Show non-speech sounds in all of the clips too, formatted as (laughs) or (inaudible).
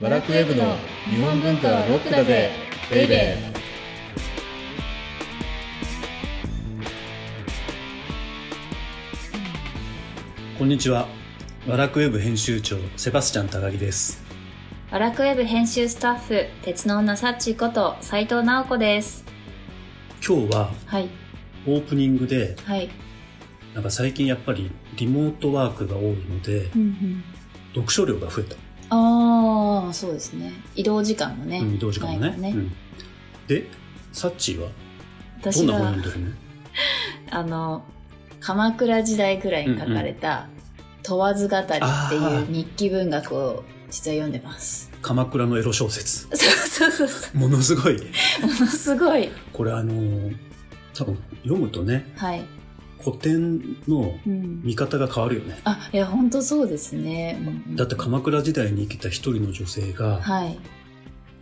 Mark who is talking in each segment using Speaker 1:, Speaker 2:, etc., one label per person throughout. Speaker 1: バラクウェブの日本文化はロックだぜベイベー
Speaker 2: こんにちは。ワラクウェブ編集長、セバスチャン高木です。
Speaker 3: ワラクウェブ編集スタッフ、鉄の女サッチこと斉藤直子です。
Speaker 2: 今日は
Speaker 3: はい、
Speaker 2: オープニングで、
Speaker 3: はい。
Speaker 2: なんか最近やっぱりリモートワークが多いので、
Speaker 3: うん
Speaker 2: 読書量が増えた。
Speaker 3: うん、ああ、そうですね。移動時間もね。
Speaker 2: うん移動時間もね。
Speaker 3: ないから
Speaker 2: うんで、サッチーはど
Speaker 3: 私
Speaker 2: んな本
Speaker 3: が
Speaker 2: 読ん、でるの
Speaker 3: あの、鎌倉時代くらいに書かれた、問わず語りって
Speaker 2: あ
Speaker 3: いう
Speaker 2: ー
Speaker 3: 日記文学を実は読んでます。
Speaker 2: 鎌倉のエロ小説。
Speaker 3: (laughs) そうそうそうそ
Speaker 2: ものすごい。
Speaker 3: う。ものすごい。
Speaker 2: これあのー多分読むとね、
Speaker 3: はい。
Speaker 2: 古典の
Speaker 3: うん、
Speaker 2: 見方が変わるよね。
Speaker 3: あ、いや、本当そうですね。うんうん
Speaker 2: だって鎌倉時代に生きた一人の女性が、
Speaker 3: はい、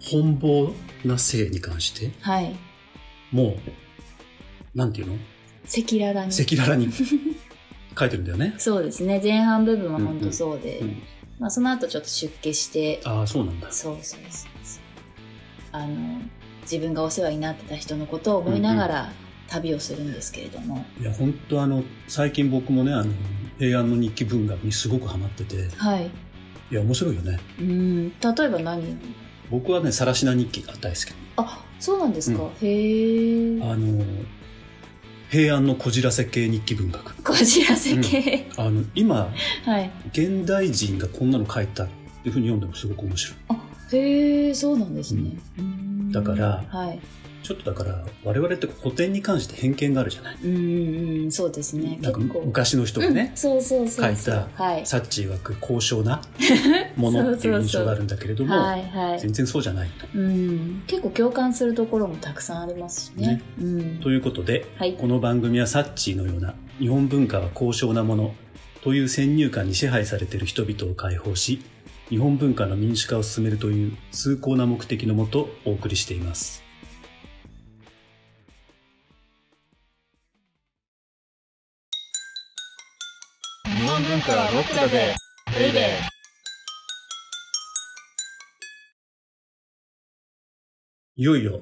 Speaker 2: 奔放な性に関して、
Speaker 3: はい。
Speaker 2: もう、なんていうの
Speaker 3: 赤裸々に。
Speaker 2: 赤
Speaker 3: (laughs)
Speaker 2: 裸々に書いてるんだよね。
Speaker 3: そうですね。前半部分は本当そうで。
Speaker 2: うん
Speaker 3: まあ、その後ちょっと出家して、
Speaker 2: ああ、そうなんだ。
Speaker 3: そうそうそうそうあの自分がお世話になってた人のことを思いながら旅をするんですけれども、
Speaker 2: いや、本当あの、最近僕もね、あの、平安の日記文学にすごくハマってて、
Speaker 3: はい
Speaker 2: いや、面白いよね。
Speaker 3: うん例えば何
Speaker 2: 僕はね、さらしな日記が大好き。
Speaker 3: あそうなんですか、
Speaker 2: うん
Speaker 3: へえ
Speaker 2: あの、平安のこじらせ系日記文学。
Speaker 3: こじらせ系、
Speaker 2: あの、今、
Speaker 3: (laughs) はい
Speaker 2: 現代人がこんなの書いたっていうふうに読んでもすごく面白い。
Speaker 3: あへえそうなんですね、うん
Speaker 2: だから
Speaker 3: はい
Speaker 2: ちょっとだから、我々って古典に関して偏見があるじゃない。
Speaker 3: うんうんうんそうですね
Speaker 2: な
Speaker 3: 結
Speaker 2: んか
Speaker 3: 構
Speaker 2: 昔の人がね
Speaker 3: うん、そうそうそうそう
Speaker 2: 書い
Speaker 3: はい
Speaker 2: サッチー曰く高尚なものっていう印象があるんだけれども、
Speaker 3: はいはい
Speaker 2: 全然そうじゃないと。
Speaker 3: うん結構共感するところもたくさんありますしね
Speaker 2: ね
Speaker 3: うん
Speaker 2: ということで、
Speaker 3: はい
Speaker 2: この番組はサッチーのような日本文化は高尚なものという先入観に支配されている人々を解放し、日本文化の民主化を進めるという崇高な目的のもとお送りしています。
Speaker 1: 日本文化はロックだぜベイベー
Speaker 2: いよいよ、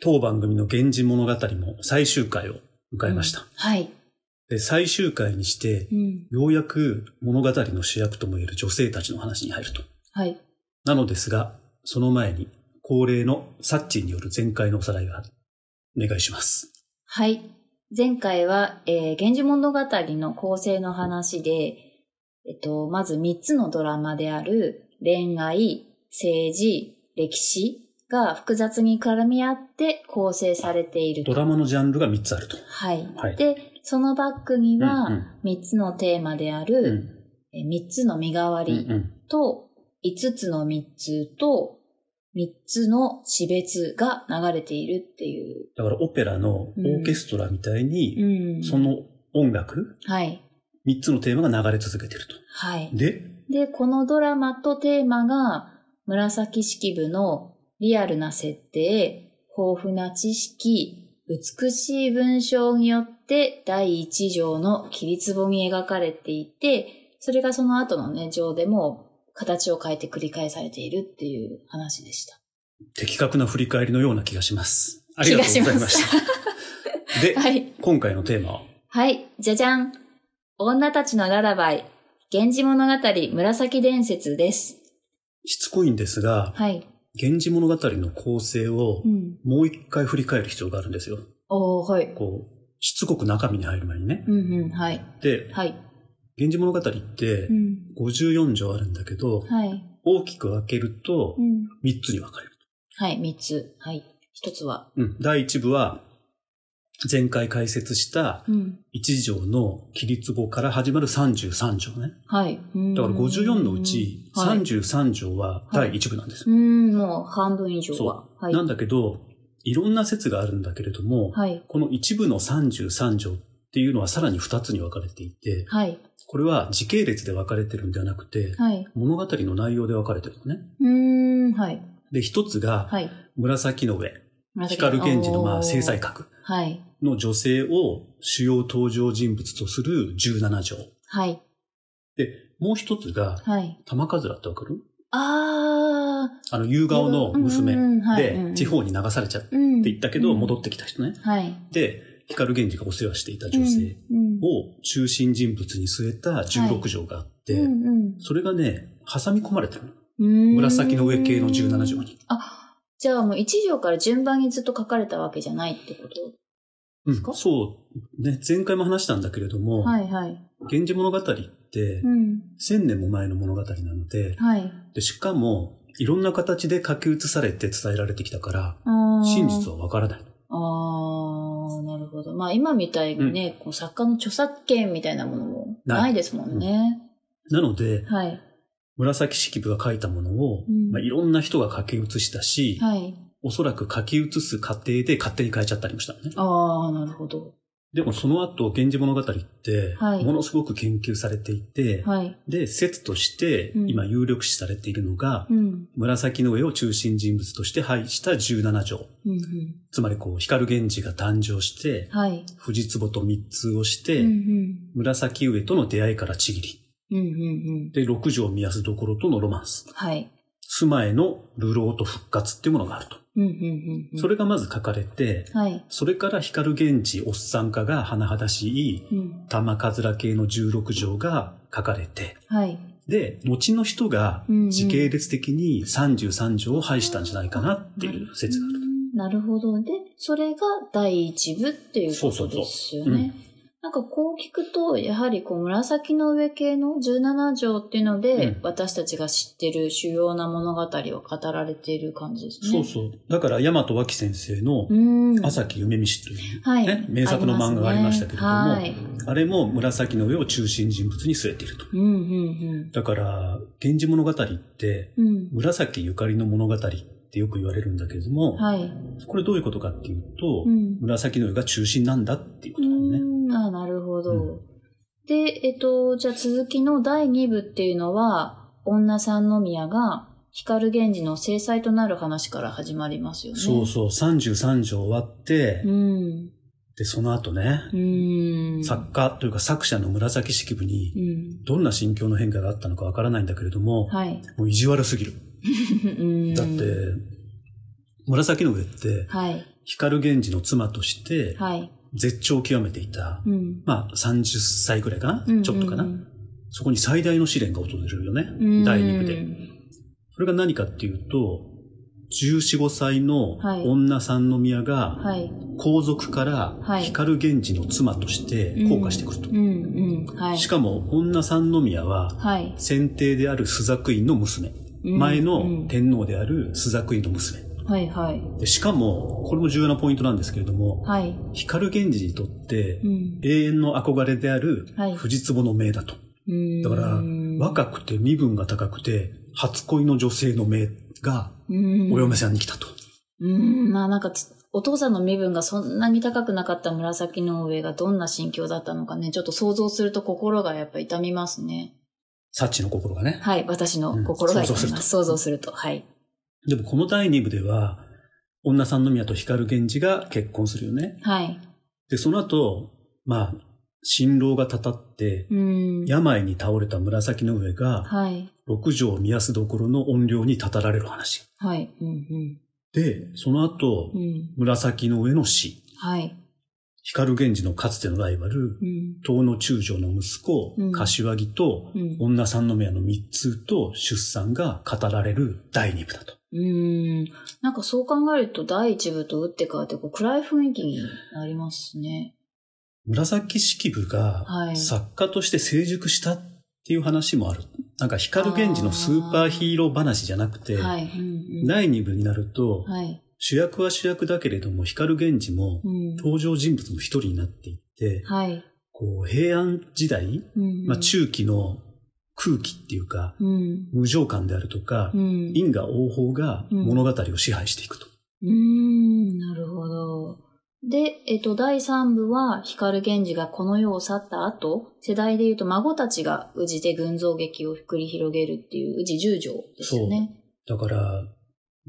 Speaker 2: 当番組の源氏物語も最終回を迎えました。
Speaker 3: はい、
Speaker 2: で最終回にして
Speaker 3: う、ん、
Speaker 2: ようやく物語の主役ともいえる女性たちの話に入ると。
Speaker 3: はい
Speaker 2: なのですが、その前に恒例のサッチーによる前回のおさらいがお願いします。
Speaker 3: はい。前回は、えー、源氏物語の構成の話で、えっと、まず3つのドラマである恋愛、政治、歴史が複雑に絡み合って構成されていると
Speaker 2: ドラマのジャンルが3つあると。
Speaker 3: はい。
Speaker 2: はい
Speaker 3: で、そのバックに
Speaker 2: う
Speaker 3: は
Speaker 2: ん
Speaker 3: 3つのテーマであ
Speaker 2: うん
Speaker 3: る、えー3つの身代わ
Speaker 2: うん
Speaker 3: り
Speaker 2: うん
Speaker 3: と、5つの密通と、3つの死別が流れているっていう。
Speaker 2: だからオペラのオーケストラみたいに、
Speaker 3: うん
Speaker 2: その音楽、
Speaker 3: はい。
Speaker 2: 3つのテーマが流れ続けてると。
Speaker 3: はい。
Speaker 2: で、
Speaker 3: で、このドラマとテーマが、紫式部のリアルな設定、豊富な知識、美しい文章によって第一条の切り壺に描かれていて、それがその後のね、条でも形を変えて繰り返されているっていう話でした。
Speaker 2: 的確な振り返りのような気がします。ありがとうございました。で、
Speaker 3: はい。
Speaker 2: 今回のテーマは、
Speaker 3: はい、じゃじゃん。女たちのララバイ、源氏物語紫伝説です。
Speaker 2: しつこいんですが、
Speaker 3: はい。
Speaker 2: 源氏物語の構成を
Speaker 3: うん。
Speaker 2: もう一回振り返る必要があるんですよ。
Speaker 3: おー、はい。
Speaker 2: こう、しつこく中身に入る前にね。
Speaker 3: うんうん、はい。
Speaker 2: で、
Speaker 3: はい。
Speaker 2: 源氏物語って
Speaker 3: うん。
Speaker 2: 54条あるんだけど、
Speaker 3: はい。
Speaker 2: 大きく分けると
Speaker 3: うん。
Speaker 2: 3つに分かれる。
Speaker 3: はい、三つ。はい。一つは。
Speaker 2: うん。第1部は、前回解説した
Speaker 3: うん。
Speaker 2: 1条の切り壺から始まる33条ね。
Speaker 3: はい。
Speaker 2: だから54のうち
Speaker 3: はい、
Speaker 2: 33条は第1部なんです。
Speaker 3: うーん、もう半分以上は
Speaker 2: そ。う。
Speaker 3: はい。
Speaker 2: なんだけど、いろんな説があるんだけれども、
Speaker 3: はい。
Speaker 2: この1部の33条っていうのはさらに2つに分かれていて、
Speaker 3: はい。
Speaker 2: これは時系列で分かれてるんではなくて、
Speaker 3: はい。
Speaker 2: 物語の内容で分かれてるのね。
Speaker 3: うーん、はい。
Speaker 2: で、一つが、
Speaker 3: はい。
Speaker 2: 紫の上、光源氏のまあ制裁格
Speaker 3: おー。はい。
Speaker 2: の女性を主要登場人物とする17条。
Speaker 3: はい。
Speaker 2: もう一つが、
Speaker 3: はい。
Speaker 2: 玉数だってわかる
Speaker 3: あー、あ
Speaker 2: あの、夕顔の
Speaker 3: うんうんうん
Speaker 2: 娘
Speaker 3: はい
Speaker 2: で地方に流されちゃっ
Speaker 3: あ、うん。
Speaker 2: ていったけど、戻ってきた人ね。
Speaker 3: た。はい。
Speaker 2: で、光源氏がお世話していた女性
Speaker 3: うん。
Speaker 2: を中心人物に据えた16条があって、
Speaker 3: うんうん
Speaker 2: それがね、挟み込まれてるの。
Speaker 3: うん
Speaker 2: 紫の上系の17条に。
Speaker 3: あ、じゃあもう一条から順番にずっと書かれたわけじゃないってこと
Speaker 2: うん
Speaker 3: すか、
Speaker 2: そう。ね、前回も話したんだけれども、
Speaker 3: はいはい。
Speaker 2: 源氏物語って
Speaker 3: う、ん。
Speaker 2: 千年も前の物語なので、
Speaker 3: はい。
Speaker 2: でしかも、いろんな形で書き写されて伝えられてきたから、
Speaker 3: あー
Speaker 2: 真実はわからない。
Speaker 3: ああ、なるほど。まあ今みたいにね、こう作家の著作権みたいなものも
Speaker 2: ない
Speaker 3: ないですもんね。
Speaker 2: なので、
Speaker 3: はい。
Speaker 2: 紫式部が書いたものを、
Speaker 3: うん
Speaker 2: まあ、いろんな人が書き写したし、
Speaker 3: はい。
Speaker 2: おそらく書き写す過程で勝手に変えちゃったりもしたのね。
Speaker 3: ああ、なるほど。
Speaker 2: でもその後、源氏物語って、
Speaker 3: はい
Speaker 2: ものすごく研究されていて、
Speaker 3: はい。
Speaker 2: で、説として
Speaker 3: うん
Speaker 2: 今有力視されているのが、
Speaker 3: うん。
Speaker 2: 紫の上を中心人物として配した17条。
Speaker 3: うんうん。
Speaker 2: つまりこう、光源氏が誕生して、
Speaker 3: はい。
Speaker 2: 藤壺と三つをし
Speaker 3: う
Speaker 2: て、
Speaker 3: んうん。
Speaker 2: 紫上との出会いからちぎり。
Speaker 3: うんうんうん。
Speaker 2: で、六条宮安どころとのロマンス。
Speaker 3: はい。
Speaker 2: 住まいの流浪と復活っていうものがあると。
Speaker 3: うんうんうんうん。
Speaker 2: それがまず書かれて、
Speaker 3: はい。
Speaker 2: それから光源氏おっさん化が甚だしい
Speaker 3: うん。
Speaker 2: 玉かずら系の16条が書かれて、
Speaker 3: はい。
Speaker 2: で、後の人が
Speaker 3: うんうん
Speaker 2: 時系列的に33条を排したんじゃないかなっていう説がある。
Speaker 3: うんなるほど。で、それが第一部っていうこ
Speaker 2: そ
Speaker 3: と
Speaker 2: うそうそう
Speaker 3: ですよね。なんかこう聞くと、やはりこう紫の上系の17条っていうので、
Speaker 2: うん
Speaker 3: 私たちが知ってる主要な物語を語られている感じですね。
Speaker 2: そうそう。だから、大和脇先生の
Speaker 3: うん。
Speaker 2: 朝木夢見しという、
Speaker 3: はい
Speaker 2: ね名作の漫画がありましたけれども、
Speaker 3: ありますねはい
Speaker 2: あれも紫の上を中心人物に据えていると。
Speaker 3: うんうん
Speaker 2: だから、源氏物語って、
Speaker 3: うん。うん。
Speaker 2: 紫ゆかりの物語ってよく言われるんだけれども、
Speaker 3: はい。
Speaker 2: これどういうことかっていうと、
Speaker 3: うん。
Speaker 2: 紫の上が中心なんだっていうこ
Speaker 3: う
Speaker 2: とだよね。
Speaker 3: ーん、あなるほど。
Speaker 2: うん
Speaker 3: で、えっと、じゃあ続きの第2部っていうのは、女三宮が光源氏の制裁となる話から始まりますよね。
Speaker 2: そうそう、33条終わって、
Speaker 3: うん。
Speaker 2: で、その後ね、
Speaker 3: うーん。
Speaker 2: 作家というか作者の紫式部
Speaker 3: う
Speaker 2: に、
Speaker 3: ん。
Speaker 2: どんな心境の変化があったのかわからないんだけれども、
Speaker 3: はい。
Speaker 2: もう意地悪すぎる。
Speaker 3: うん
Speaker 2: だって、紫の上って、
Speaker 3: はい。
Speaker 2: 光源氏の妻として、
Speaker 3: はい。
Speaker 2: 絶頂を極めていた、
Speaker 3: うん。
Speaker 2: まあ30歳ぐらいかな、ちょっとかな、
Speaker 3: うん
Speaker 2: そこに最大の試練が訪れるよね。
Speaker 3: うん
Speaker 2: 第2部
Speaker 3: う
Speaker 2: で。
Speaker 3: ん
Speaker 2: それが何かっていうと、14、5歳の
Speaker 3: はい
Speaker 2: 女三宮が、
Speaker 3: はい。
Speaker 2: 皇族から
Speaker 3: はい
Speaker 2: 光源氏の妻として降下してくると。
Speaker 3: うん。うん。はい。
Speaker 2: しかも、女三宮は、
Speaker 3: はい。
Speaker 2: 先帝である朱雀院の娘。
Speaker 3: うん
Speaker 2: 前
Speaker 3: う
Speaker 2: の
Speaker 3: ん
Speaker 2: 天皇である朱雀院の娘。
Speaker 3: はいはい。
Speaker 2: でしかも、これも重要なポイントなんですけれども、
Speaker 3: はい。
Speaker 2: 光源氏にとって
Speaker 3: うん。
Speaker 2: 永遠の憧れである
Speaker 3: はい
Speaker 2: 藤壺の名だと。だから
Speaker 3: うん、
Speaker 2: 若くて身分が高くて、初恋の女性の名が
Speaker 3: うん
Speaker 2: お嫁さんに来たと。
Speaker 3: うーん、まあなんかつ、お父さんの身分がそんなに高くなかった紫の上がどんな心境だったのかね、ちょっと想像すると心がやっぱ痛みますね。
Speaker 2: サッチの心がね。
Speaker 3: はい、私の心が痛みます。想
Speaker 2: うん
Speaker 3: 像
Speaker 2: 想像
Speaker 3: すると。はい。
Speaker 2: でもこの第2部では、女三宮と光源氏が結婚するよね。
Speaker 3: はい。
Speaker 2: で、その後、まあ、新郎がたたって、
Speaker 3: うーん。
Speaker 2: 病に倒れた紫の上が、
Speaker 3: はい。
Speaker 2: 六条宮安どころの怨霊にたたられる話。
Speaker 3: はい。うん
Speaker 2: で、その後
Speaker 3: うん。う、ん。
Speaker 2: 紫の上の死。
Speaker 3: はい。
Speaker 2: 光源氏のかつてのライバル、
Speaker 3: うん。
Speaker 2: 東の中将の息子、
Speaker 3: うん
Speaker 2: 柏木と、
Speaker 3: うん。
Speaker 2: 女三宮の密通と出産が語られる第二部だと。
Speaker 3: うーん。なんかそう考えると第一部と打って変わってこう暗い雰囲気になりますね。
Speaker 2: 紫式部が
Speaker 3: はい
Speaker 2: 作家として成熟したっていう話もある。なんか光源氏のスーパーヒーロー話じゃなくて、
Speaker 3: はい。うん
Speaker 2: 第二部になると
Speaker 3: うん。、はい。
Speaker 2: 主役は主役だけれども光源氏も
Speaker 3: うん。
Speaker 2: 登場人物の一人になっていって、
Speaker 3: はい。
Speaker 2: こう平安時代、
Speaker 3: うん。
Speaker 2: まあ、中期の空気っていうか、
Speaker 3: うん。
Speaker 2: 無常感であるとか
Speaker 3: う、ん。
Speaker 2: 因果応報が物語を支配していくと。
Speaker 3: うーん、なるほど。で、えっと、第3部は、光源氏がこの世を去った後、世代で言うと孫たちが宇治で群像劇を繰り広げるっていう宇治十条ですよね。
Speaker 2: だから、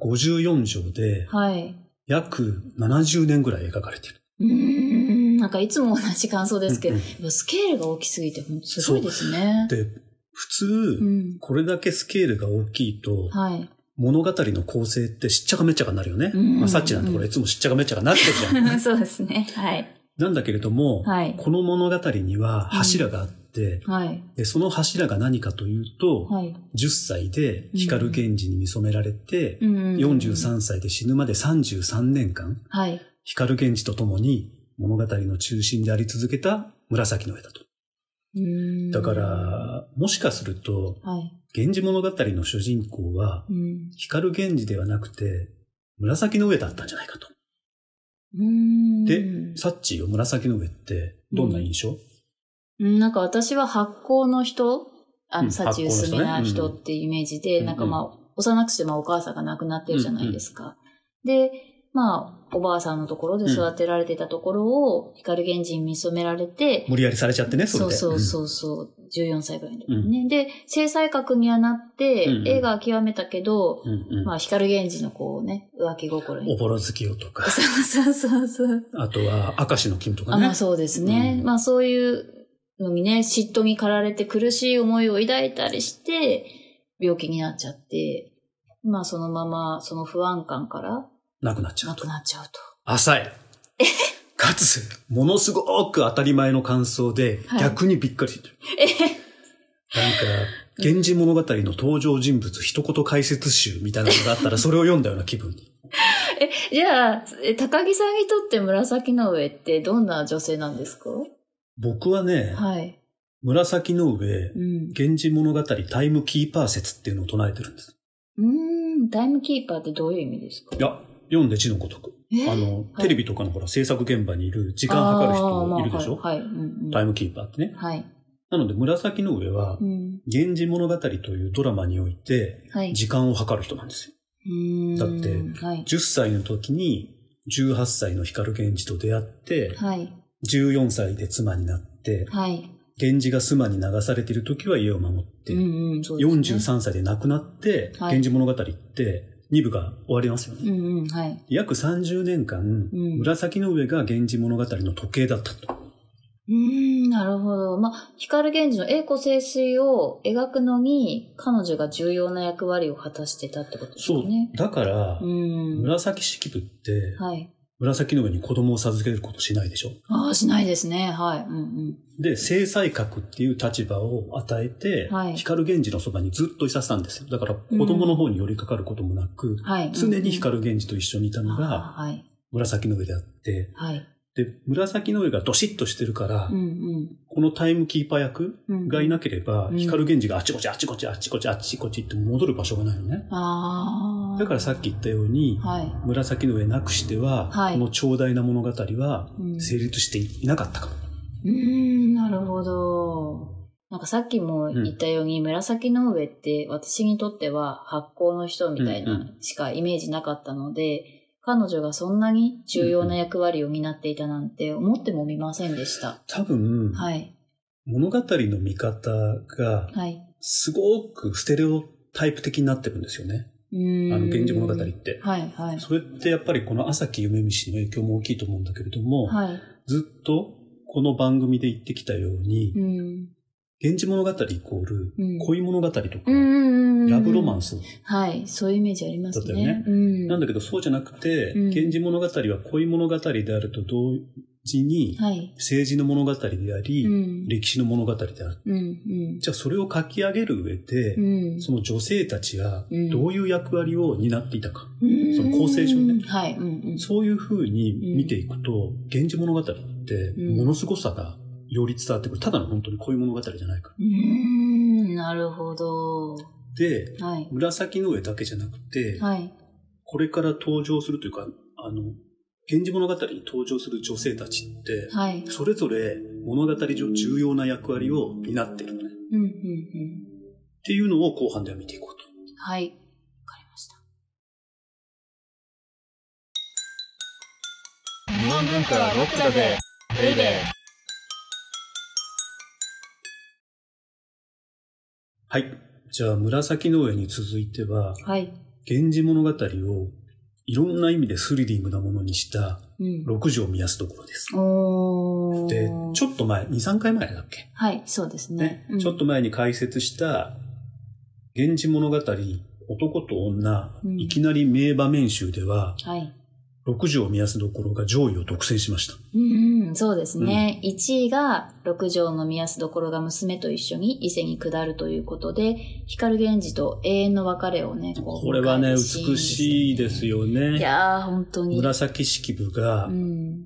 Speaker 2: 54条で
Speaker 3: はい。
Speaker 2: 約70年ぐらい描かれてる。
Speaker 3: うーん、なんかいつも同じ感想ですけど、
Speaker 2: うん
Speaker 3: やっぱスケールが大きすぎて、ほんとすごいですね。
Speaker 2: で、普通、
Speaker 3: うん。
Speaker 2: これだけスケールが大きいと、
Speaker 3: はい。
Speaker 2: 物語の構成ってしっちゃかめっちゃかになるよね。
Speaker 3: うんうんうん
Speaker 2: まあ、サッチなんてこれいつもしっちゃかめっちゃかになってるじ
Speaker 3: (laughs)
Speaker 2: ゃん。
Speaker 3: そうですね。はい。
Speaker 2: なんだけれども、
Speaker 3: はい
Speaker 2: この物語には柱があって、
Speaker 3: はい。
Speaker 2: でその柱が何かというと、
Speaker 3: はい。
Speaker 2: 10歳で光源氏に見染められて、
Speaker 3: うん
Speaker 2: 43歳で死ぬまで33年間、
Speaker 3: はい。
Speaker 2: 光源氏と共に物語の中心であり続けた紫の絵だと。
Speaker 3: うーん
Speaker 2: だか、ら、もしかすると、
Speaker 3: はい。
Speaker 2: 源氏物語の主人公は、
Speaker 3: うん
Speaker 2: 光源氏ではなくて、紫の上だったんじゃないかと。
Speaker 3: うーん。
Speaker 2: でサッチーを紫の上って、どんな印象、
Speaker 3: うんなんか私は発酵の人、あ
Speaker 2: う
Speaker 3: の、
Speaker 2: ん
Speaker 3: 幸薄めな
Speaker 2: 発酵の人
Speaker 3: 人
Speaker 2: ねうん
Speaker 3: っていうイメージで、
Speaker 2: うん
Speaker 3: なんかまあ、幼くしてまあお母さんが亡くなってるじゃないですか。で、まあ、おばあさんのところで育てられてたところを、光源氏に見染められて、
Speaker 2: 無理やりされちゃってね、それ
Speaker 3: そう
Speaker 2: で。
Speaker 3: そうそうそう、14歳ぐらいの時にね。で、制裁閣にはなって、
Speaker 2: うんうん
Speaker 3: 映画は極めたけど、
Speaker 2: うん。うんうん
Speaker 3: まあ、光源氏のこうね、浮気心
Speaker 2: お
Speaker 3: に。
Speaker 2: ぼろ月夜とか、
Speaker 3: (laughs) そうそうそうそう。
Speaker 2: あとは、明石の金とか
Speaker 3: あ
Speaker 2: ね。
Speaker 3: まあそうですね。
Speaker 2: うん
Speaker 3: まあそういうのにね、嫉妬に駆られて苦しい思いを抱いたりして、病気になっちゃって、まあそのままその不安感から
Speaker 2: なくなっちゃ
Speaker 3: 亡
Speaker 2: うと
Speaker 3: く。なっちゃうと。
Speaker 2: 浅い。かつ、ものすごく当たり前の感想で、
Speaker 3: はい
Speaker 2: 逆にびっくりしてる。なんか、源氏物語の登場人物一言解説集みたいなのがあったら、それを読んだような気
Speaker 3: (laughs)
Speaker 2: 分に。
Speaker 3: じゃあ、え高木さんにとって紫の上ってどんな女性なんですか
Speaker 2: 僕はね、
Speaker 3: はい。
Speaker 2: 紫の上、
Speaker 3: うん。
Speaker 2: 源氏物語タイムキーパー説っていうのを唱えてるんです。
Speaker 3: うーん、タイムキーパーってどういう意味ですか
Speaker 2: いや、読んで字のごとく。
Speaker 3: え
Speaker 2: あの、
Speaker 3: はい
Speaker 2: テレビとかのほら、制作現場にいる、時間計る人いるでし
Speaker 3: あー
Speaker 2: ょ
Speaker 3: まあはい、はい。うんうん
Speaker 2: タイムキーパーってね。
Speaker 3: はい。
Speaker 2: なので、紫の上は
Speaker 3: う、ん。
Speaker 2: 源氏物語というドラマにおいて、
Speaker 3: はい。
Speaker 2: 時間を計る人なんですよ。
Speaker 3: うーん
Speaker 2: だって、
Speaker 3: はい。
Speaker 2: 10歳の時に、18歳の光源氏と出会って、
Speaker 3: はい。
Speaker 2: 14歳で妻になって、
Speaker 3: はい。
Speaker 2: 源氏が妻に流されている時は家を守って、
Speaker 3: うんうん、そうですね。
Speaker 2: 43歳で亡くなって、
Speaker 3: はい
Speaker 2: 源氏物語って2部が終わりますよね。
Speaker 3: うんうん、はい。
Speaker 2: 約30年間、
Speaker 3: うん
Speaker 2: 紫の上が源氏物語の時計だったと。
Speaker 3: うーん、なるほど。まあ、光源氏の栄枯盛衰を描くのに、彼女が重要な役割を果たしてたってことです
Speaker 2: そう
Speaker 3: よね。。
Speaker 2: だから、
Speaker 3: うん。
Speaker 2: 紫式部って、
Speaker 3: はい。
Speaker 2: 紫の上に子供を授けることしないでしょ。
Speaker 3: ああ、しないですね。はい。うん
Speaker 2: で、正妻格っていう立場を与えて、
Speaker 3: はい
Speaker 2: 光源氏のそばにずっといさせたんですよ。だから子供の方に寄りかかることもなく、
Speaker 3: うん。はい。
Speaker 2: 常に光源氏と一緒にいた
Speaker 3: うんう
Speaker 2: の
Speaker 3: ん
Speaker 2: が
Speaker 3: あーはい。
Speaker 2: 紫の上であって、
Speaker 3: はい。
Speaker 2: で、紫の上がドシッとしてるから、
Speaker 3: うんうん
Speaker 2: このタイムキーパー役
Speaker 3: うん。
Speaker 2: がいなければ、
Speaker 3: うん
Speaker 2: 光源氏があちこちあちこちあちこちあちこちって戻る場所がないのね。
Speaker 3: ああ。
Speaker 2: だからさっき言ったように、
Speaker 3: はい。
Speaker 2: 紫の上なくしては、
Speaker 3: はい
Speaker 2: この長大な物語は
Speaker 3: うん
Speaker 2: 成立していなかったかも。
Speaker 3: うーん、なるほど。なんかさっきも言ったように、紫の上って私にとっては発酵の人みたい
Speaker 2: うんう
Speaker 3: なしかイメージなかったので、彼女がそんなに重要な役割を担っていたなんて思ってもみませんでした。
Speaker 2: 多分、
Speaker 3: はい。
Speaker 2: 物語の見方が
Speaker 3: はい。
Speaker 2: すごくステレオタイプ的になってるんですよね。
Speaker 3: うーん。
Speaker 2: あの、源氏物語って。
Speaker 3: はい、はい。
Speaker 2: それってやっぱりこの朝木夢見氏の影響も大きいと思うんだけれども、
Speaker 3: はい。
Speaker 2: ずっとこの番組で言ってきたように、
Speaker 3: うん。
Speaker 2: 源氏物語イコール
Speaker 3: うん
Speaker 2: 恋物語とか、
Speaker 3: うんうんうんうん。
Speaker 2: ラブロマン
Speaker 3: ス。
Speaker 2: ス
Speaker 3: はい。そういうイメージありますね。
Speaker 2: だったよね
Speaker 3: うん。
Speaker 2: なんだけどそうじゃなくて、
Speaker 3: うん
Speaker 2: 源氏物語は恋物語であると同時に、
Speaker 3: はい。
Speaker 2: 政治の物語であり、
Speaker 3: うん。
Speaker 2: 歴史の物語である。
Speaker 3: うん。うん。
Speaker 2: じゃあそれを書き上げる上で、
Speaker 3: うん。
Speaker 2: その女性たちが
Speaker 3: うん
Speaker 2: どういう役割を担っていたか。
Speaker 3: そ
Speaker 2: の構成上ね
Speaker 3: はい。うんうん。
Speaker 2: そういうふうに見ていくと、源氏物語って
Speaker 3: うん
Speaker 2: ものすごさがより伝わってくる。ただの本当に恋物語じゃないから。
Speaker 3: うーん、なるほど。
Speaker 2: で、
Speaker 3: はい。
Speaker 2: 紫の上だけじゃなくて、
Speaker 3: はい。
Speaker 2: これから登場するというか、あの、源氏物語に登場する女性たちって、
Speaker 3: はい。
Speaker 2: それぞれ物語上重要な役割を担っているのね。っ
Speaker 3: うん、うん、うん。
Speaker 2: ていうのを後半では見ていこうと。
Speaker 3: はい。わかりました。
Speaker 1: 日本文化はロックだぜベイベー
Speaker 2: はい。じゃあ、紫の上に続いては、
Speaker 3: はい。
Speaker 2: 源氏物語をいろんな意味でスリリングなものにした
Speaker 3: うん。
Speaker 2: 六条見やすところです。
Speaker 3: おー。
Speaker 2: で、ちょっと前、2、3回前だっけ
Speaker 3: はい、そうですね
Speaker 2: ね。。ちょっ
Speaker 3: と。
Speaker 2: と前に解説した、源氏物語男と女、
Speaker 3: うん
Speaker 2: いきなり名場面集では、
Speaker 3: はい。
Speaker 2: 6条目安どころが上位を独占しました。
Speaker 3: うんうん、そうですね。1位が、六条の宮安どころが娘と一緒に伊勢に下るということで、光源氏と永遠の別れをね、こう
Speaker 2: これは
Speaker 3: 迎
Speaker 2: ね、
Speaker 3: えるシーン
Speaker 2: 美しいですよ
Speaker 3: ね。い
Speaker 2: ね。
Speaker 3: やー、本当に。
Speaker 2: 紫式部が
Speaker 3: うん。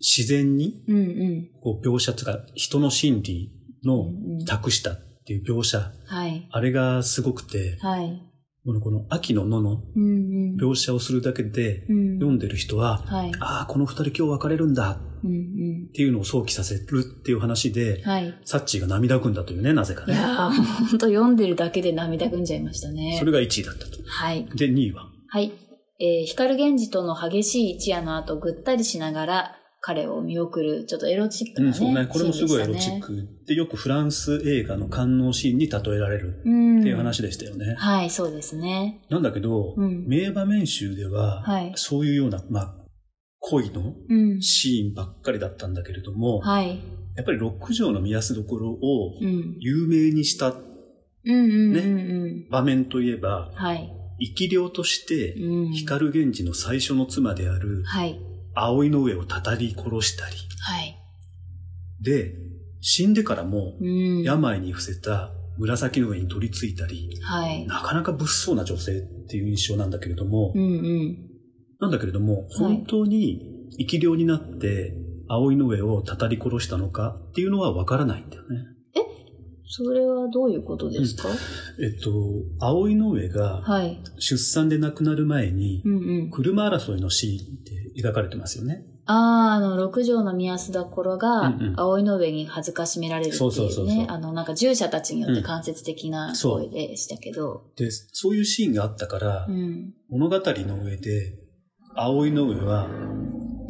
Speaker 2: 自然に
Speaker 3: うんうん。
Speaker 2: こう描写とか、人の心理
Speaker 3: う
Speaker 2: の
Speaker 3: んうん
Speaker 2: 託したっていう描写、
Speaker 3: はい。
Speaker 2: あれがすごくて、
Speaker 3: はい。
Speaker 2: このこの秋の野の
Speaker 3: うんうん。
Speaker 2: 描写をするだけで、
Speaker 3: うん
Speaker 2: 読んでる人は、
Speaker 3: はい。
Speaker 2: ああ、この二人今日別れるんだ
Speaker 3: うんうん
Speaker 2: っ。ていうのを想起させるっていう話で、
Speaker 3: はい。い
Speaker 2: サッチーが涙ぐんだというね、なぜかね。
Speaker 3: やー、本当読んでるだけで涙ぐんじゃいましたね
Speaker 2: そ。れが1位だったと。
Speaker 3: はい。
Speaker 2: で、2位は。
Speaker 3: はい。えー光源氏との激しい一夜の後、ぐったりしながら彼を見送る、ちょっとエロチック
Speaker 2: う
Speaker 3: なね。
Speaker 2: ん、そうね。これもすごい
Speaker 3: シ
Speaker 2: エ
Speaker 3: ーン
Speaker 2: ロ
Speaker 3: でし
Speaker 2: チ
Speaker 3: た
Speaker 2: ッ
Speaker 3: ね。
Speaker 2: クで、よくフランス映画の観能シーンに例えられる
Speaker 3: うん。
Speaker 2: っていう話でしたよね。
Speaker 3: はい、そうですね。
Speaker 2: なんだけど、
Speaker 3: うん
Speaker 2: 名場面集では、
Speaker 3: はい
Speaker 2: そういうような、まあ、恋の
Speaker 3: うん。
Speaker 2: シーンばっかりだったんだけれども、
Speaker 3: はい。
Speaker 2: やっぱり六条の見やすどころを
Speaker 3: うん。
Speaker 2: 有名にした
Speaker 3: うんうんうん
Speaker 2: 場面といえば
Speaker 3: うん。、はい。
Speaker 2: 生き量として、
Speaker 3: うん。
Speaker 2: 光源氏の最初の妻である
Speaker 3: はい。
Speaker 2: 葵の上をたたり殺したり、
Speaker 3: はい。
Speaker 2: で、死んでからも
Speaker 3: うん。
Speaker 2: 病に伏せた紫の上に取り付いたり、
Speaker 3: はい。
Speaker 2: なかなか物騒な女性っていう印象なんだけれども、
Speaker 3: うんうん。
Speaker 2: なんだけれども、
Speaker 3: い
Speaker 2: 本当に生き量になって、葵の上をたたり殺したのかっていうのはわからないんだよね。
Speaker 3: それはどういうことですか、
Speaker 2: えっと、葵の上が
Speaker 3: はい。
Speaker 2: 出産で亡くなる前に
Speaker 3: う、んうん。
Speaker 2: 車争いのシーンって描かれてますよね。
Speaker 3: ああ、あの、六条の宮安田頃が
Speaker 2: うんうん、
Speaker 3: 葵の上に恥ずかしめられるって
Speaker 2: そうそ
Speaker 3: いう
Speaker 2: そううそう
Speaker 3: ね、あの、なんか従者たちによっ
Speaker 2: う
Speaker 3: て
Speaker 2: ん
Speaker 3: 間接的な
Speaker 2: そ
Speaker 3: 声
Speaker 2: う
Speaker 3: でしたけど、
Speaker 2: で、そういうシーンがあったから、
Speaker 3: うん。
Speaker 2: 物語の上で、葵の上は、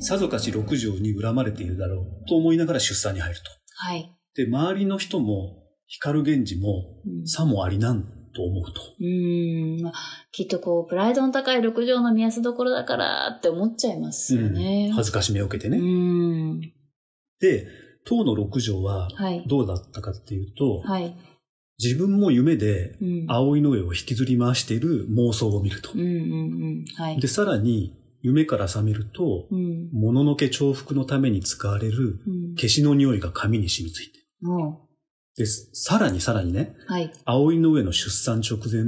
Speaker 2: さぞかし六条に恨まれているだろうと思いながら出産に入ると。
Speaker 3: はい。
Speaker 2: で、周りの人も、光源氏も、
Speaker 3: うん
Speaker 2: さもありなんと思うと。
Speaker 3: うん、まあきっとこう、プライドの高い六条の宮安どころだからって思っちゃいますよね。
Speaker 2: 恥ずかしめを受けて
Speaker 3: う
Speaker 2: ね。
Speaker 3: ん。
Speaker 2: で、当の六条は、
Speaker 3: はい。
Speaker 2: どうだったかっていうと、
Speaker 3: はい。
Speaker 2: 自分も夢で、
Speaker 3: うん。
Speaker 2: 葵の上を引きずり回している妄想を見ると
Speaker 3: うん。うんうん。はい。
Speaker 2: で、さらに、夢から覚めると、
Speaker 3: うん。
Speaker 2: もののけ重複のために使われる、
Speaker 3: うん。
Speaker 2: 消しの匂いが髪に染みついて。
Speaker 3: も
Speaker 2: で、さらにさらにね、
Speaker 3: う、はい。
Speaker 2: 葵の上の出産直前、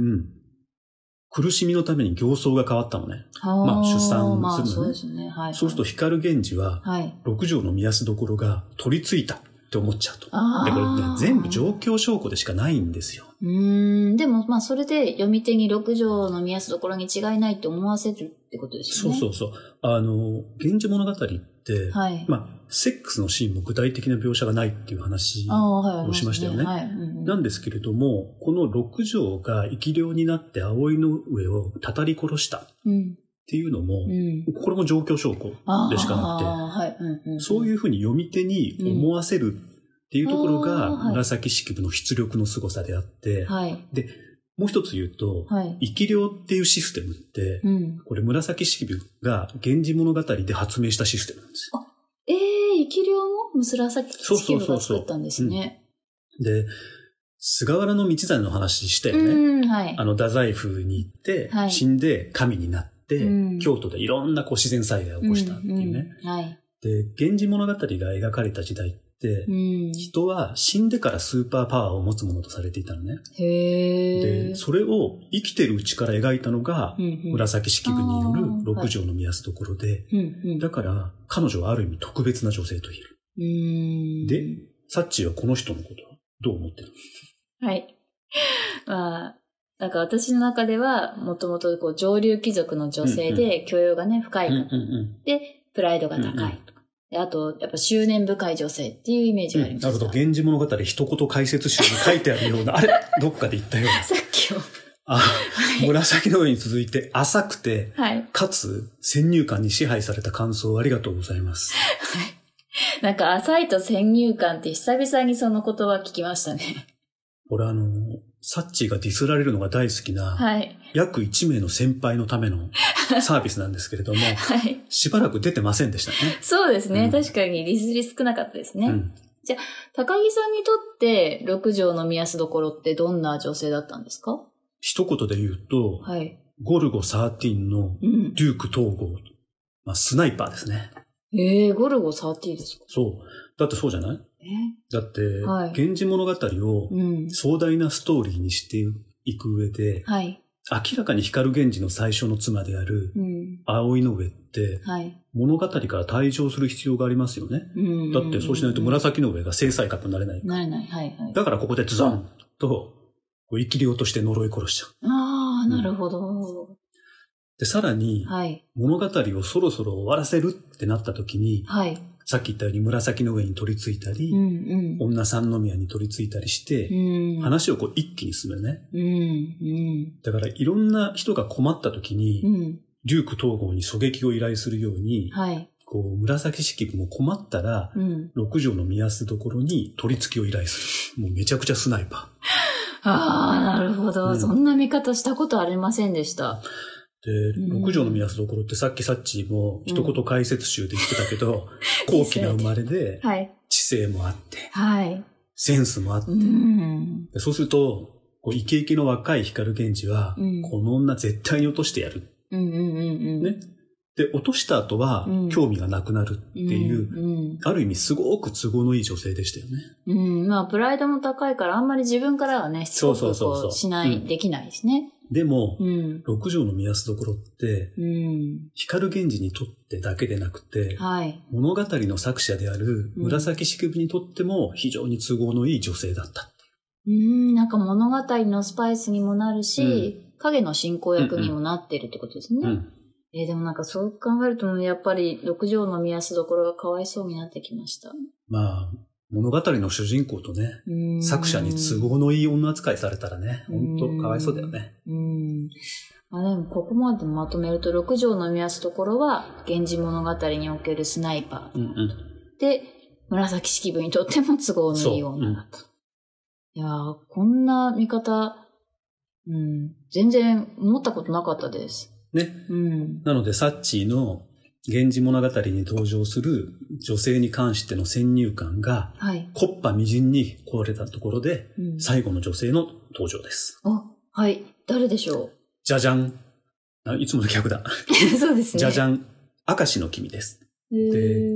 Speaker 2: 苦しみのために形相が変わったのね。
Speaker 3: ま
Speaker 2: あ出産するのね
Speaker 3: まあ、そうですね。はい。
Speaker 2: そうすると光源氏は、
Speaker 3: はい。
Speaker 2: 六条の見やすどころが取り付いたって思っちゃうと。
Speaker 3: あー
Speaker 2: で、これね、全部状況証拠でしかないんですよ。
Speaker 3: うーん、でも、まあ、それで読み手に六条の見やすどころに違いないって思わせるってことです
Speaker 2: そ
Speaker 3: よ
Speaker 2: う
Speaker 3: ね。
Speaker 2: そううそう。あの、源氏物語って、
Speaker 3: はい。
Speaker 2: まあ、セックスのシーンも具体的な描写がないっていう話
Speaker 3: ああ、はい、
Speaker 2: どうしましたよね
Speaker 3: はい。うんうん
Speaker 2: なんですけれども、この六条が生き量になって葵の上をたたり殺したっ
Speaker 3: うん。
Speaker 2: ていうのも
Speaker 3: う、ん。
Speaker 2: これも状況証拠
Speaker 3: ああ
Speaker 2: でしかなくて、
Speaker 3: はい。うんうん。
Speaker 2: そう
Speaker 3: う
Speaker 2: いうふうに読み手に思わせるっていうところが、
Speaker 3: うんあーはい
Speaker 2: 紫式部の出力の凄さであって、
Speaker 3: ん。はい。
Speaker 2: もう一つ言うと、
Speaker 3: はい。
Speaker 2: 生き量っていうシステムって、
Speaker 3: うん。
Speaker 2: これ紫式部が源氏物語で発明したシステムなんですよ。
Speaker 3: ええー、生き量も紫式部が作ったんですね。
Speaker 2: で、菅原道真の話したよね。
Speaker 3: うん、はい。
Speaker 2: あの、太宰府に行って、
Speaker 3: はい
Speaker 2: 死んで神になって、
Speaker 3: うん
Speaker 2: 京都でいろんなこう自然災害を起こしたっていうね。
Speaker 3: うんうんはい。
Speaker 2: で、源氏物語が描かれた時代って、
Speaker 3: うん。
Speaker 2: 人は死んでからスーパーパワーを持つものとされていたのね。
Speaker 3: へえ。
Speaker 2: で、それを生きてるうちから描いたのが
Speaker 3: う、んうん。
Speaker 2: 紫式部によ
Speaker 3: あ
Speaker 2: る
Speaker 3: ー
Speaker 2: 六条の見やすところで、
Speaker 3: うんうん。
Speaker 2: だから彼女はある意味特別な女性と言える。
Speaker 3: うん。
Speaker 2: で、サッチーはこの人のことをどう思ってる
Speaker 3: はい。 (laughs) まあ、なんか私の中では、もともとこう上流貴族の女性で、教養がね、深い方、
Speaker 2: ん
Speaker 3: で、プライドが高いと
Speaker 2: うん
Speaker 3: か、であと、やっぱ執念深い女性っていうイメージがありまし
Speaker 2: な
Speaker 3: た。
Speaker 2: るほど。源氏物語一言解説集に書いてあるような、あれどっかで言ったような。
Speaker 3: (laughs) さっきを。
Speaker 2: あ
Speaker 3: はい。
Speaker 2: 紫の上に続いて浅くて、
Speaker 3: はい。
Speaker 2: かつ先入観に支配された感想をありがとうございます。
Speaker 3: なんか、浅いと先入観って久々にその言葉聞きましたね。
Speaker 2: (laughs) 俺あの、サッチーがディスられるのが大好きな、
Speaker 3: はい。
Speaker 2: 約1名の先輩のためのサービスなんですけれども、
Speaker 3: はい。
Speaker 2: しばらく出てませんでしたね。
Speaker 3: そうですね。
Speaker 2: うん
Speaker 3: 確かにリスリ少なかったですね。
Speaker 2: うん。
Speaker 3: 高木さんにとって、六条の見やすどころってどんな女性だったんですか
Speaker 2: 一言で言うと、
Speaker 3: はい。
Speaker 2: ゴルゴ13の
Speaker 3: うん。
Speaker 2: デューク統合。まあ、スナイパーですね。
Speaker 3: えー、ゴルゴ13ですか
Speaker 2: そう。だってそうじゃない
Speaker 3: え
Speaker 2: だって、
Speaker 3: はい
Speaker 2: 源氏物語を
Speaker 3: うん。
Speaker 2: 壮大なストーリーにしていく上で、
Speaker 3: はい。
Speaker 2: 明らかに光源氏の最初の妻である
Speaker 3: うん。
Speaker 2: 葵の上って、
Speaker 3: はい。
Speaker 2: 物語から退場する必要がありますよね。
Speaker 3: うん。
Speaker 2: だってそうしないと。紫の上が正妻格になれない。
Speaker 3: なれない。はいはい。
Speaker 2: だからここでズザンと、こう生き量として呪い殺しちゃう。
Speaker 3: ああ、なるほど。
Speaker 2: で、さらに、
Speaker 3: はい。
Speaker 2: 物語をそろそろ終わらせるってなった時に、
Speaker 3: はい。
Speaker 2: さっき言ったように紫の上に取り付いたり、
Speaker 3: うんうん。
Speaker 2: 女三宮に取り付いたりして、
Speaker 3: うん。
Speaker 2: 話をこう一気に進めるね。
Speaker 3: うん。うん。
Speaker 2: だからいろんな人が困った時に、
Speaker 3: うん。
Speaker 2: デューク統合に狙撃を依頼するように、
Speaker 3: はい。
Speaker 2: こう、紫式部も困ったら、
Speaker 3: うん。
Speaker 2: 六条の見やすところに取り付きを依頼する。もうめちゃくちゃスナイパー。
Speaker 3: ああ、なるほど、
Speaker 2: うん
Speaker 3: そんな見方したことありませんでした。
Speaker 2: で、
Speaker 3: うん
Speaker 2: 六条の見やすどころってさっきサッチーも一言解説集で言ってたけ
Speaker 3: (laughs)
Speaker 2: ど、
Speaker 3: うん
Speaker 2: 高貴な生まれで、
Speaker 3: はい。
Speaker 2: 知性もあって、
Speaker 3: はい。
Speaker 2: センスもあって、
Speaker 3: うん。
Speaker 2: そうすると、こうイケイケの若い光源氏は、
Speaker 3: うん
Speaker 2: この女絶対に落としてやる。
Speaker 3: うんうんうんうん。
Speaker 2: ね。で、落とした後は、
Speaker 3: うん
Speaker 2: 興味がなくなるってい
Speaker 3: う
Speaker 2: う、
Speaker 3: ん、
Speaker 2: ある意味すごく都合のいい女性でしたよね。
Speaker 3: うん。うんまあ、プライドも高いから、あんまり自分からはね、しつこく
Speaker 2: そうそうそう
Speaker 3: こ
Speaker 2: そう
Speaker 3: うしない、
Speaker 2: うん
Speaker 3: できないしね。
Speaker 2: でも、
Speaker 3: うん。
Speaker 2: 六条の見やすどころって、
Speaker 3: うん。
Speaker 2: 光源氏にとってだけでなくて、
Speaker 3: はい。
Speaker 2: 物語の作者である紫式部にとっても非常に都合のいい女性だった。
Speaker 3: うん、なんか物語のスパイスにもなるし、影の進行役にもなってるってことですね。
Speaker 2: ん。
Speaker 3: えーでもなんかそう考えると、やっぱり六条の見やすどころがかわいそうになってきました。
Speaker 2: まあ、物語の主人公とね、
Speaker 3: うん
Speaker 2: 作者に都合のいい女扱いされたらね、ほんとかわいそうだよね。
Speaker 3: うん。あでも、ここまでまとめると、六条の見やすところは、源氏物語におけるスナイパ
Speaker 2: うんうん。
Speaker 3: ーで、紫式部にとっても都合のいい女だと。いやー、こんな見方、うん、全然思ったことなかったです。
Speaker 2: ね。
Speaker 3: うん。
Speaker 2: なので、サッチーの源氏物語に登場する女性に関しての先入観が、
Speaker 3: はい。
Speaker 2: コッパみじんに壊れたところで、
Speaker 3: うん、
Speaker 2: 最後の女性の登場です。
Speaker 3: あ、はい。誰でしょ
Speaker 2: じゃじゃん。あいつもの逆だ。
Speaker 3: う (laughs) そうですね。
Speaker 2: じゃじゃん。明石の君です。
Speaker 3: へ
Speaker 2: で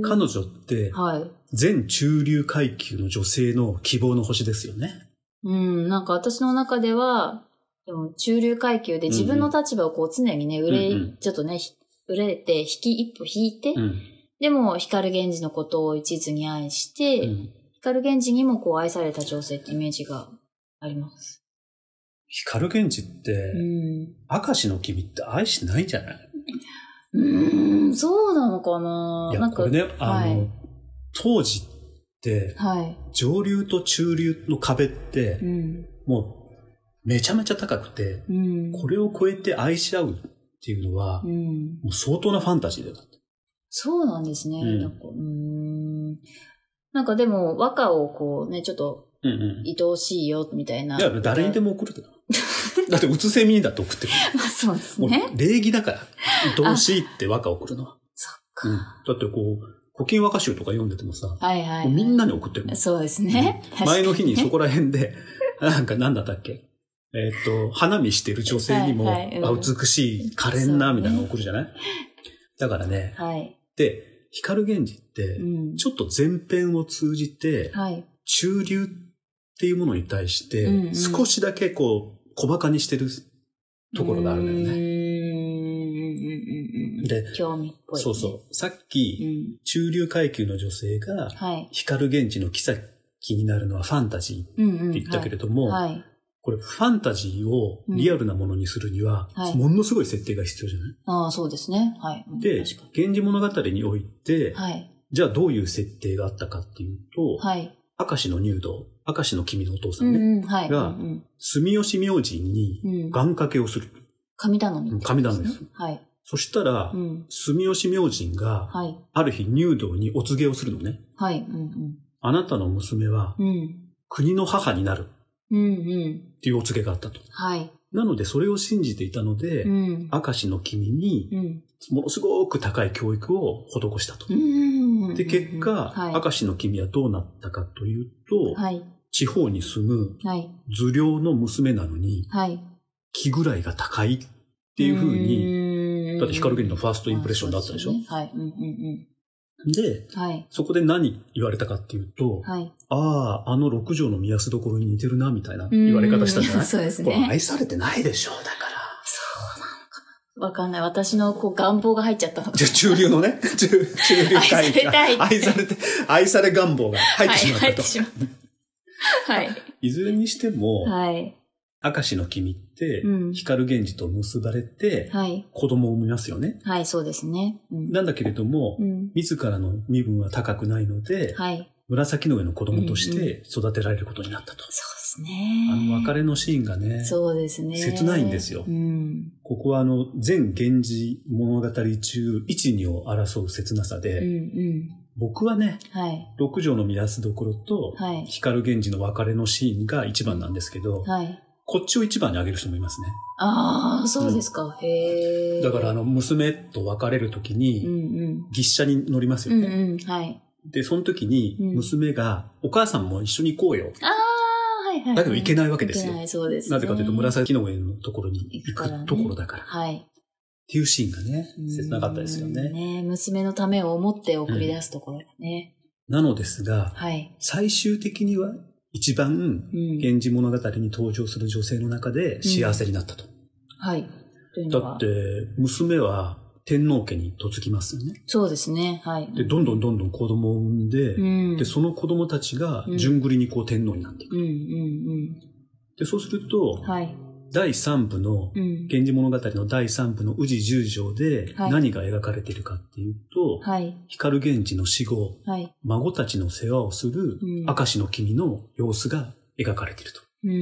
Speaker 3: ー、
Speaker 2: 彼女って、
Speaker 3: はい。
Speaker 2: 全中流階級の女性の希望の星ですよね。
Speaker 3: うん、なんか私の中では、でも中流階級で自分の立場をこう常にね、売れ、
Speaker 2: うんうん
Speaker 3: ちょっとね、ひ売れて、引き、一歩引いて、
Speaker 2: うん。
Speaker 3: でも光源氏のことを一途に愛して、
Speaker 2: うん
Speaker 3: 光源氏にもこう愛された女性ってイメージがあります。
Speaker 2: 光源氏って、
Speaker 3: うん。
Speaker 2: 明石の君って愛してないんじゃないう
Speaker 3: ーん、そうなのかないな
Speaker 2: や、
Speaker 3: んか
Speaker 2: これね、あの、
Speaker 3: はい
Speaker 2: 当時って、
Speaker 3: はい。
Speaker 2: 上流と中流の壁って
Speaker 3: う、ん。
Speaker 2: もう、めちゃめちゃ高くて、
Speaker 3: うん。
Speaker 2: これを超えて愛し合うっていうのは、
Speaker 3: うん。
Speaker 2: もう相当なファンタジーだよ。
Speaker 3: そうなんですね。
Speaker 2: うん
Speaker 3: なんか、うーん。なんかでも、和歌をこうね、ちょっと
Speaker 2: うんうん。い
Speaker 3: 愛おしいよ、みたいな。
Speaker 2: や、誰にでも送るけど。だって、うつせみにだって送ってくる。
Speaker 3: まあ (laughs) そうです
Speaker 2: もう
Speaker 3: (laughs) ね。
Speaker 2: 礼儀だから、愛おしいって和歌を送るのは。
Speaker 3: そっ
Speaker 2: う
Speaker 3: か。
Speaker 2: ん。だってこう、古今和歌集とか読んでてもさ、
Speaker 3: はいはい、はい。
Speaker 2: もうみんなに送ってるもん。
Speaker 3: そうですね。確か
Speaker 2: 前の日にそこら辺で、 (laughs) なんか何だったっけえーっと、花見してる女性にも、
Speaker 3: はいはいうん
Speaker 2: あ美しい、可憐
Speaker 3: そ
Speaker 2: な、
Speaker 3: うね
Speaker 2: みたいなの送るじゃない、だからね、
Speaker 3: はい。
Speaker 2: で、光源氏って
Speaker 3: う、ん。
Speaker 2: ちょっと前編を通じて、
Speaker 3: はい。
Speaker 2: 中流っていうものに対し
Speaker 3: うんう
Speaker 2: て、
Speaker 3: ん
Speaker 2: 少しだけこう、小馬鹿にしてるところがあるんだよ
Speaker 3: うーん
Speaker 2: ね。
Speaker 3: うんうんうんうん。
Speaker 2: で
Speaker 3: 興味っぽい、
Speaker 2: そうそう。さっ
Speaker 3: うん。
Speaker 2: き、中流階級の女性が、
Speaker 3: はい。
Speaker 2: 光源氏の妃になるのはファンタジーって
Speaker 3: うんうん。
Speaker 2: 言ったけれ
Speaker 3: ど
Speaker 2: ども、
Speaker 3: はい。
Speaker 2: これファンタジーをリアルなものにするには、
Speaker 3: うんはい
Speaker 2: ものすごい設定が必要じゃない
Speaker 3: ああ、そうですね。はい。うん
Speaker 2: で、
Speaker 3: 確か
Speaker 2: 源氏物語において、
Speaker 3: に。はい。
Speaker 2: じゃあどういう設定があったかっていうと、
Speaker 3: はい。
Speaker 2: 明石の入道、明石の君のお父さ
Speaker 3: うん
Speaker 2: ね、
Speaker 3: んうん。はい。
Speaker 2: が
Speaker 3: うん
Speaker 2: 住吉明神に
Speaker 3: うん。うん。
Speaker 2: 願掛けをする。
Speaker 3: 神頼み、
Speaker 2: 神頼みです。
Speaker 3: はい。
Speaker 2: そしたら、
Speaker 3: うん。
Speaker 2: 住吉明神が
Speaker 3: はい。
Speaker 2: ある日入道にお告げをするのね。
Speaker 3: はい。うん
Speaker 2: あなたの娘は
Speaker 3: うん。うん。
Speaker 2: 国の母になる
Speaker 3: うんうん。
Speaker 2: っていうお告げがあったと。
Speaker 3: はい。
Speaker 2: なのでそれを信じていたので、
Speaker 3: うん。
Speaker 2: 明石の君に
Speaker 3: うん。
Speaker 2: ものすごく高い教育を施したと。
Speaker 3: うん。
Speaker 2: で、結果、
Speaker 3: は
Speaker 2: 明石の君はどうなったかというと、
Speaker 3: い。はい。
Speaker 2: 地方に住む
Speaker 3: はい。
Speaker 2: 頭領の娘なのに、
Speaker 3: はい。
Speaker 2: 気ぐらいが高いっていうふうに、
Speaker 3: に
Speaker 2: だって光源のファーストインプレッションだったでしょ
Speaker 3: はい。うんうん
Speaker 2: で、
Speaker 3: うん。はい。
Speaker 2: そこで何言われたかっていうと、
Speaker 3: はい。
Speaker 2: ああ、あの六畳の見やすどころに似てるな、みたいな言われ方したじゃな
Speaker 3: うん
Speaker 2: い
Speaker 3: そうです
Speaker 2: これ
Speaker 3: ね。
Speaker 2: 愛されてないでしょ、だから。
Speaker 3: わかんない。私のこう願望が入っちゃ
Speaker 2: (laughs)
Speaker 3: ったのか
Speaker 2: じゃ中流のね、中中流会議が
Speaker 3: 愛されたい
Speaker 2: 愛されて、愛され願望が入ってしまったと。
Speaker 3: はい入
Speaker 2: い、
Speaker 3: ってしまった。はい。
Speaker 2: ずれにしても、
Speaker 3: はい。
Speaker 2: 明石の君って、
Speaker 3: うん
Speaker 2: 光源氏と結ばれて、
Speaker 3: はい。
Speaker 2: 子供を産みますよね。
Speaker 3: はい、そうですね。うん。
Speaker 2: なんだけれども、
Speaker 3: うん。
Speaker 2: 自らの身分は高くないので、
Speaker 3: はい。
Speaker 2: 紫の上の子供として育てられることになったと。
Speaker 3: そうですね。
Speaker 2: あの別れのシーンがね、
Speaker 3: そうですね。
Speaker 2: 切ないんですよ
Speaker 3: うん。
Speaker 2: ここはあの、全源氏物語中、一二を争う切なさで、
Speaker 3: うんうん。
Speaker 2: 僕はね、
Speaker 3: はい。
Speaker 2: 六条の見出すどころと、
Speaker 3: はい。
Speaker 2: 光源氏の別れのシーンが一番なんですけど、
Speaker 3: はい。
Speaker 2: こっちを一番に挙げる人もいますね。
Speaker 3: ああ、そうですか。へえ。
Speaker 2: だからあ、の、娘と別れるとき
Speaker 3: うん
Speaker 2: に、
Speaker 3: うん。
Speaker 2: ぎっしゃに乗ります
Speaker 3: う
Speaker 2: よ
Speaker 3: ん
Speaker 2: ね。
Speaker 3: うん。はい。
Speaker 2: で、その時に、
Speaker 3: うん
Speaker 2: 娘が、お母さんも一緒に行こうよ。
Speaker 3: ああ、はいはいはい。
Speaker 2: だけど行けないわけです
Speaker 3: いけ
Speaker 2: よ。
Speaker 3: ない、そうです、ね。
Speaker 2: なぜかというと、。紫の上のところに行くところだから。っ
Speaker 3: はい。
Speaker 2: ていうシーンがね、切なかったですよ
Speaker 3: うん
Speaker 2: ね。
Speaker 3: ね娘のためを思って送り出すところだね。
Speaker 2: なのですが、
Speaker 3: はい。
Speaker 2: 最終的には、一番
Speaker 3: う、ん。
Speaker 2: 源氏物語に登場する女性の中で幸せになったと。
Speaker 3: はい。という
Speaker 2: だ
Speaker 3: のは
Speaker 2: って、娘は天皇家に嫁ぎますよね。
Speaker 3: そうですね。はい。
Speaker 2: で、どんどんどんどん子供を産んで、
Speaker 3: うん。
Speaker 2: で、その子供たちが順繰りにこう天皇になっていく。
Speaker 3: うんうん
Speaker 2: で、そうすると、
Speaker 3: うん。はい。
Speaker 2: 第3部の
Speaker 3: う、ん。
Speaker 2: 源氏物語の第3部の宇治十条で
Speaker 3: はい
Speaker 2: 何が描かれているかっていうと、
Speaker 3: はい。
Speaker 2: 光源氏の死後、
Speaker 3: はい。
Speaker 2: 孫たちの世話をする
Speaker 3: うん
Speaker 2: 明石の君の様子が描かれていると。
Speaker 3: うんう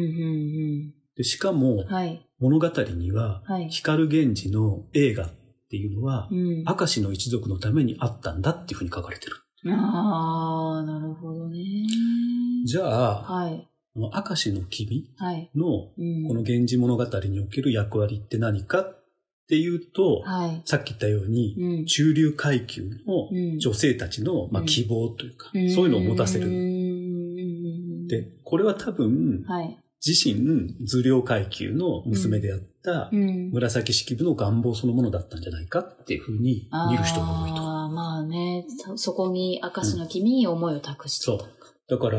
Speaker 3: ん
Speaker 2: でしかも
Speaker 3: うん。、はい。
Speaker 2: 物語には、
Speaker 3: はい
Speaker 2: 光源氏の映画っていうのは
Speaker 3: う、ん。
Speaker 2: 明石の一族のためにあったんだっていうふうに書かれてる。
Speaker 3: ああ、なるほどね。
Speaker 2: じゃあ、
Speaker 3: はい。
Speaker 2: この明石の君
Speaker 3: はい。
Speaker 2: の
Speaker 3: うん。
Speaker 2: この源氏物語における役割って何かっていうと、
Speaker 3: はい。
Speaker 2: さっき言ったように、
Speaker 3: うん。
Speaker 2: 中流階級の
Speaker 3: うん
Speaker 2: 女性たちの、まあ、
Speaker 3: うん
Speaker 2: 希望というか、そういうのを持たせ
Speaker 3: うんうん
Speaker 2: る。
Speaker 3: うんうん。
Speaker 2: で、これは多分、
Speaker 3: はい。
Speaker 2: 自身、図量階級の娘であった
Speaker 3: う、ん。
Speaker 2: 紫式部の願望そのものだったんじゃないかっていうふうに見る人が多いと。
Speaker 3: ああ、まあね、そそこに明石の君に思いを託して、
Speaker 2: そう。だから、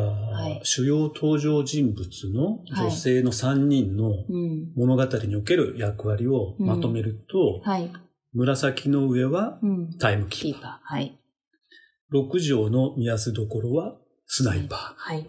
Speaker 3: い
Speaker 2: 主要登場人物の女性の3人の
Speaker 3: うん。
Speaker 2: 物語における役割をまとめると、
Speaker 3: はい。
Speaker 2: 紫の上は
Speaker 3: うん。
Speaker 2: タイムキ
Speaker 3: キー
Speaker 2: ーパー。
Speaker 3: パー。はい。
Speaker 2: 六条の見やすどころはスナイパー。
Speaker 3: はい。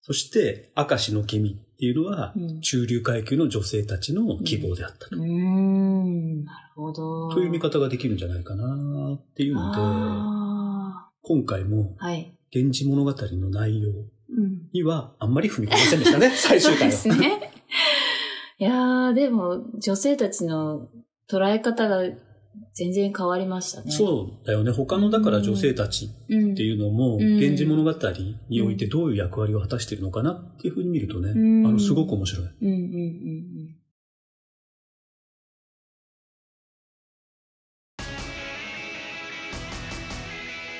Speaker 2: そして、明石の君っていうのは
Speaker 3: う、ん。
Speaker 2: 中流階級の女性たちの希望であったと。
Speaker 3: うーん。なるほど。
Speaker 2: という見方ができるんじゃないかなっていうので、
Speaker 3: あ
Speaker 2: 今回も
Speaker 3: あ。はい。
Speaker 2: 源氏物語の内容
Speaker 3: うん。
Speaker 2: にはあんまり踏み込みませんで
Speaker 3: (laughs)
Speaker 2: したね、最
Speaker 3: そ
Speaker 2: 終
Speaker 3: うで
Speaker 2: 回
Speaker 3: す
Speaker 2: は。
Speaker 3: (laughs) ね。いやー、でも、女性たちの捉え方が全然変わりましたね。う。
Speaker 2: そうだよね。他のだから女性たち
Speaker 3: うん。
Speaker 2: っていうのも、
Speaker 3: ん
Speaker 2: 源氏物語においてどういう役割を果たしているのかなっていうふうに見るとね、
Speaker 3: うん
Speaker 2: あの、すごく面白い。
Speaker 3: うんうんうん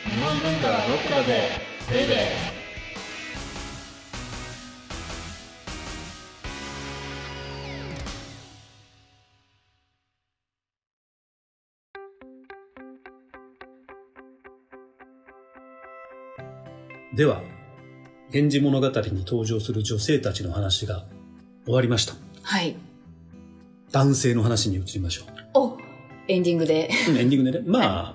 Speaker 1: 日本文化はロックだぜベイベー
Speaker 2: では、源氏物語に登場する女性たちの話が終わりました。
Speaker 3: うん。はい。
Speaker 2: 男性の話に移りましょ
Speaker 3: おエンディングで。 (laughs)
Speaker 2: う。エンディングでね。まあ、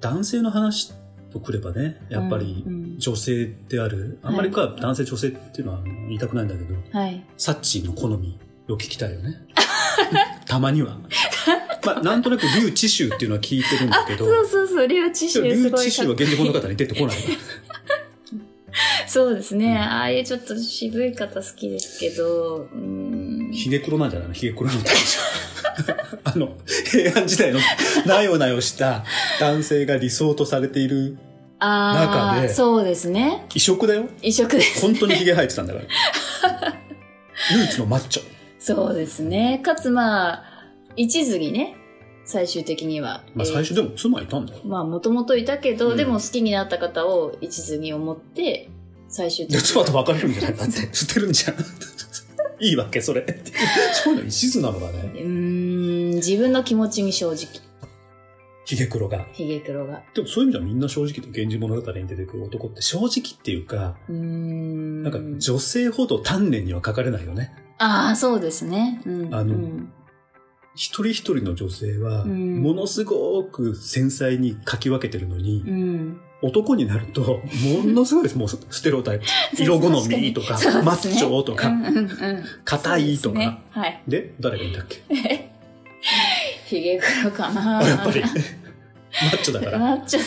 Speaker 2: 男性の話とくればね、やっぱり
Speaker 3: うんうん
Speaker 2: 女性である、あんまりか男性女性っていうのは言いたくないんだけど、
Speaker 3: はい。
Speaker 2: サッチーの好みを聞きたいよね。
Speaker 3: (laughs)
Speaker 2: たまには。まあ、なんとなく劉知州っていうのは聞いてるんだけど、
Speaker 3: そうそうそう、リュウチシュ
Speaker 2: 劉
Speaker 3: すごい
Speaker 2: 知州は源氏物語に出てこないから。
Speaker 3: そうですね、
Speaker 2: うん
Speaker 3: ああいうちょっと渋い方好きですけど、うーん。
Speaker 2: ヒゲ黒なんじゃないのヒゲ黒の大将。あの、 (laughs) 平安時代のなよなよした男性が理想とされている
Speaker 3: あ
Speaker 2: 中
Speaker 3: あ、
Speaker 2: で
Speaker 3: そうですね。
Speaker 2: 異色だよ。
Speaker 3: 異色です。
Speaker 2: 本当にヒゲ生えてたんだから。唯一のマッチョ。
Speaker 3: そうですね。かつまあ、一途にね、最終的には。
Speaker 2: まあ最初でも妻いたんだよ。
Speaker 3: えーまあ、もともといたけど、
Speaker 2: うん
Speaker 3: でも好きになった方を一途に思って、最終
Speaker 2: で
Speaker 3: 的に。
Speaker 2: 妻と別れるんじゃないだって、捨てるんじゃん。 (laughs) いいわけ、それ。そういうの一途なのかね。
Speaker 3: うーん、自分の気持ちに正直。
Speaker 2: ヒゲ黒が。
Speaker 3: ヒゲ黒が。
Speaker 2: でもそういう意味ではみんな正直で、源氏物語に出てくる男って正直っていうか、
Speaker 3: うーん。
Speaker 2: なんか女性ほど丹念には書かれないよね。
Speaker 3: ああ、そうですね。うん。
Speaker 2: あの
Speaker 3: うん
Speaker 2: 一人一人の女性は、
Speaker 3: うん
Speaker 2: ものすごく繊細に書き分けてるのに、
Speaker 3: うん。
Speaker 2: 男になると、ものすごいです、もうステレオタイ
Speaker 3: (laughs)
Speaker 2: プ。色好みとか
Speaker 3: 確に
Speaker 2: マッチョとか
Speaker 3: そうですねうんうんうん
Speaker 2: 硬い
Speaker 3: そ
Speaker 2: とか。
Speaker 3: うですねはい。
Speaker 2: で、誰がいいんだっけ
Speaker 3: ヒゲ黒かな。
Speaker 2: あ、 (laughs) やっぱり。マッチョだから。
Speaker 3: マッチョ。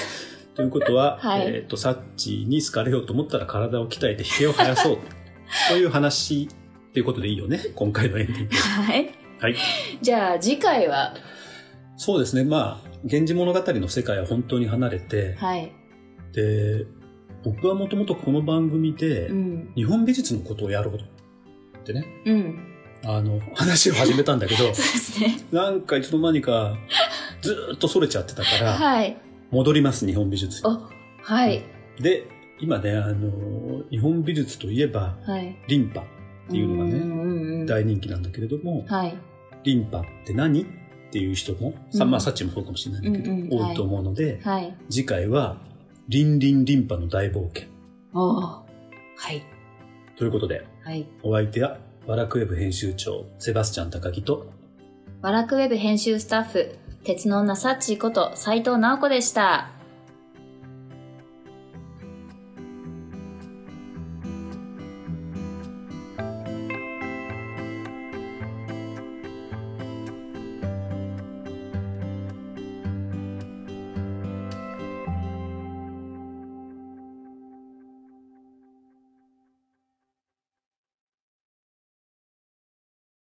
Speaker 2: ということは、
Speaker 3: はい
Speaker 2: えっ、と、サッチに好かれようと思ったら体を鍛えてヒゲを生
Speaker 3: (laughs)
Speaker 2: やそう。という話っていうことでいいよね。今回のエンディング。
Speaker 3: はい。
Speaker 2: はい。
Speaker 3: じゃあ次回は、
Speaker 2: そうですね。まあ、源氏物語の世界は本当に離れて、
Speaker 3: はい。
Speaker 2: で、僕はもともとこの番組で
Speaker 3: う、ん。
Speaker 2: 日本美術のことをやろうと。ってね、
Speaker 3: うん。
Speaker 2: あの、話を始めたんだけ
Speaker 3: (laughs)
Speaker 2: ど、
Speaker 3: そうですね。
Speaker 2: なんかいつの間にか、ずーっとそれちゃってたから、
Speaker 3: はい。
Speaker 2: 戻ります、日本美術に。
Speaker 3: お、はい。
Speaker 2: で、今ね、あの、日本美術といえば、
Speaker 3: はい。っ
Speaker 2: リンパっていうのがね、
Speaker 3: ね
Speaker 2: 大人気なんだけれども、
Speaker 3: はい。
Speaker 2: リンパって何っていう人も、さ
Speaker 3: うん
Speaker 2: まあ、サッチもそうかもしれないんだけど、
Speaker 3: うんうんはい
Speaker 2: 多いと思うので、
Speaker 3: はい。
Speaker 2: 次回は、リンリンリンパの大冒険
Speaker 3: おーはい。
Speaker 2: ということで、
Speaker 3: はい。
Speaker 2: お相手は、ワラクウェブ編集長、セバスチャン高木と、
Speaker 3: ワラクウェブ編集スタッフ、鉄の女サッチこと斉藤直子でした。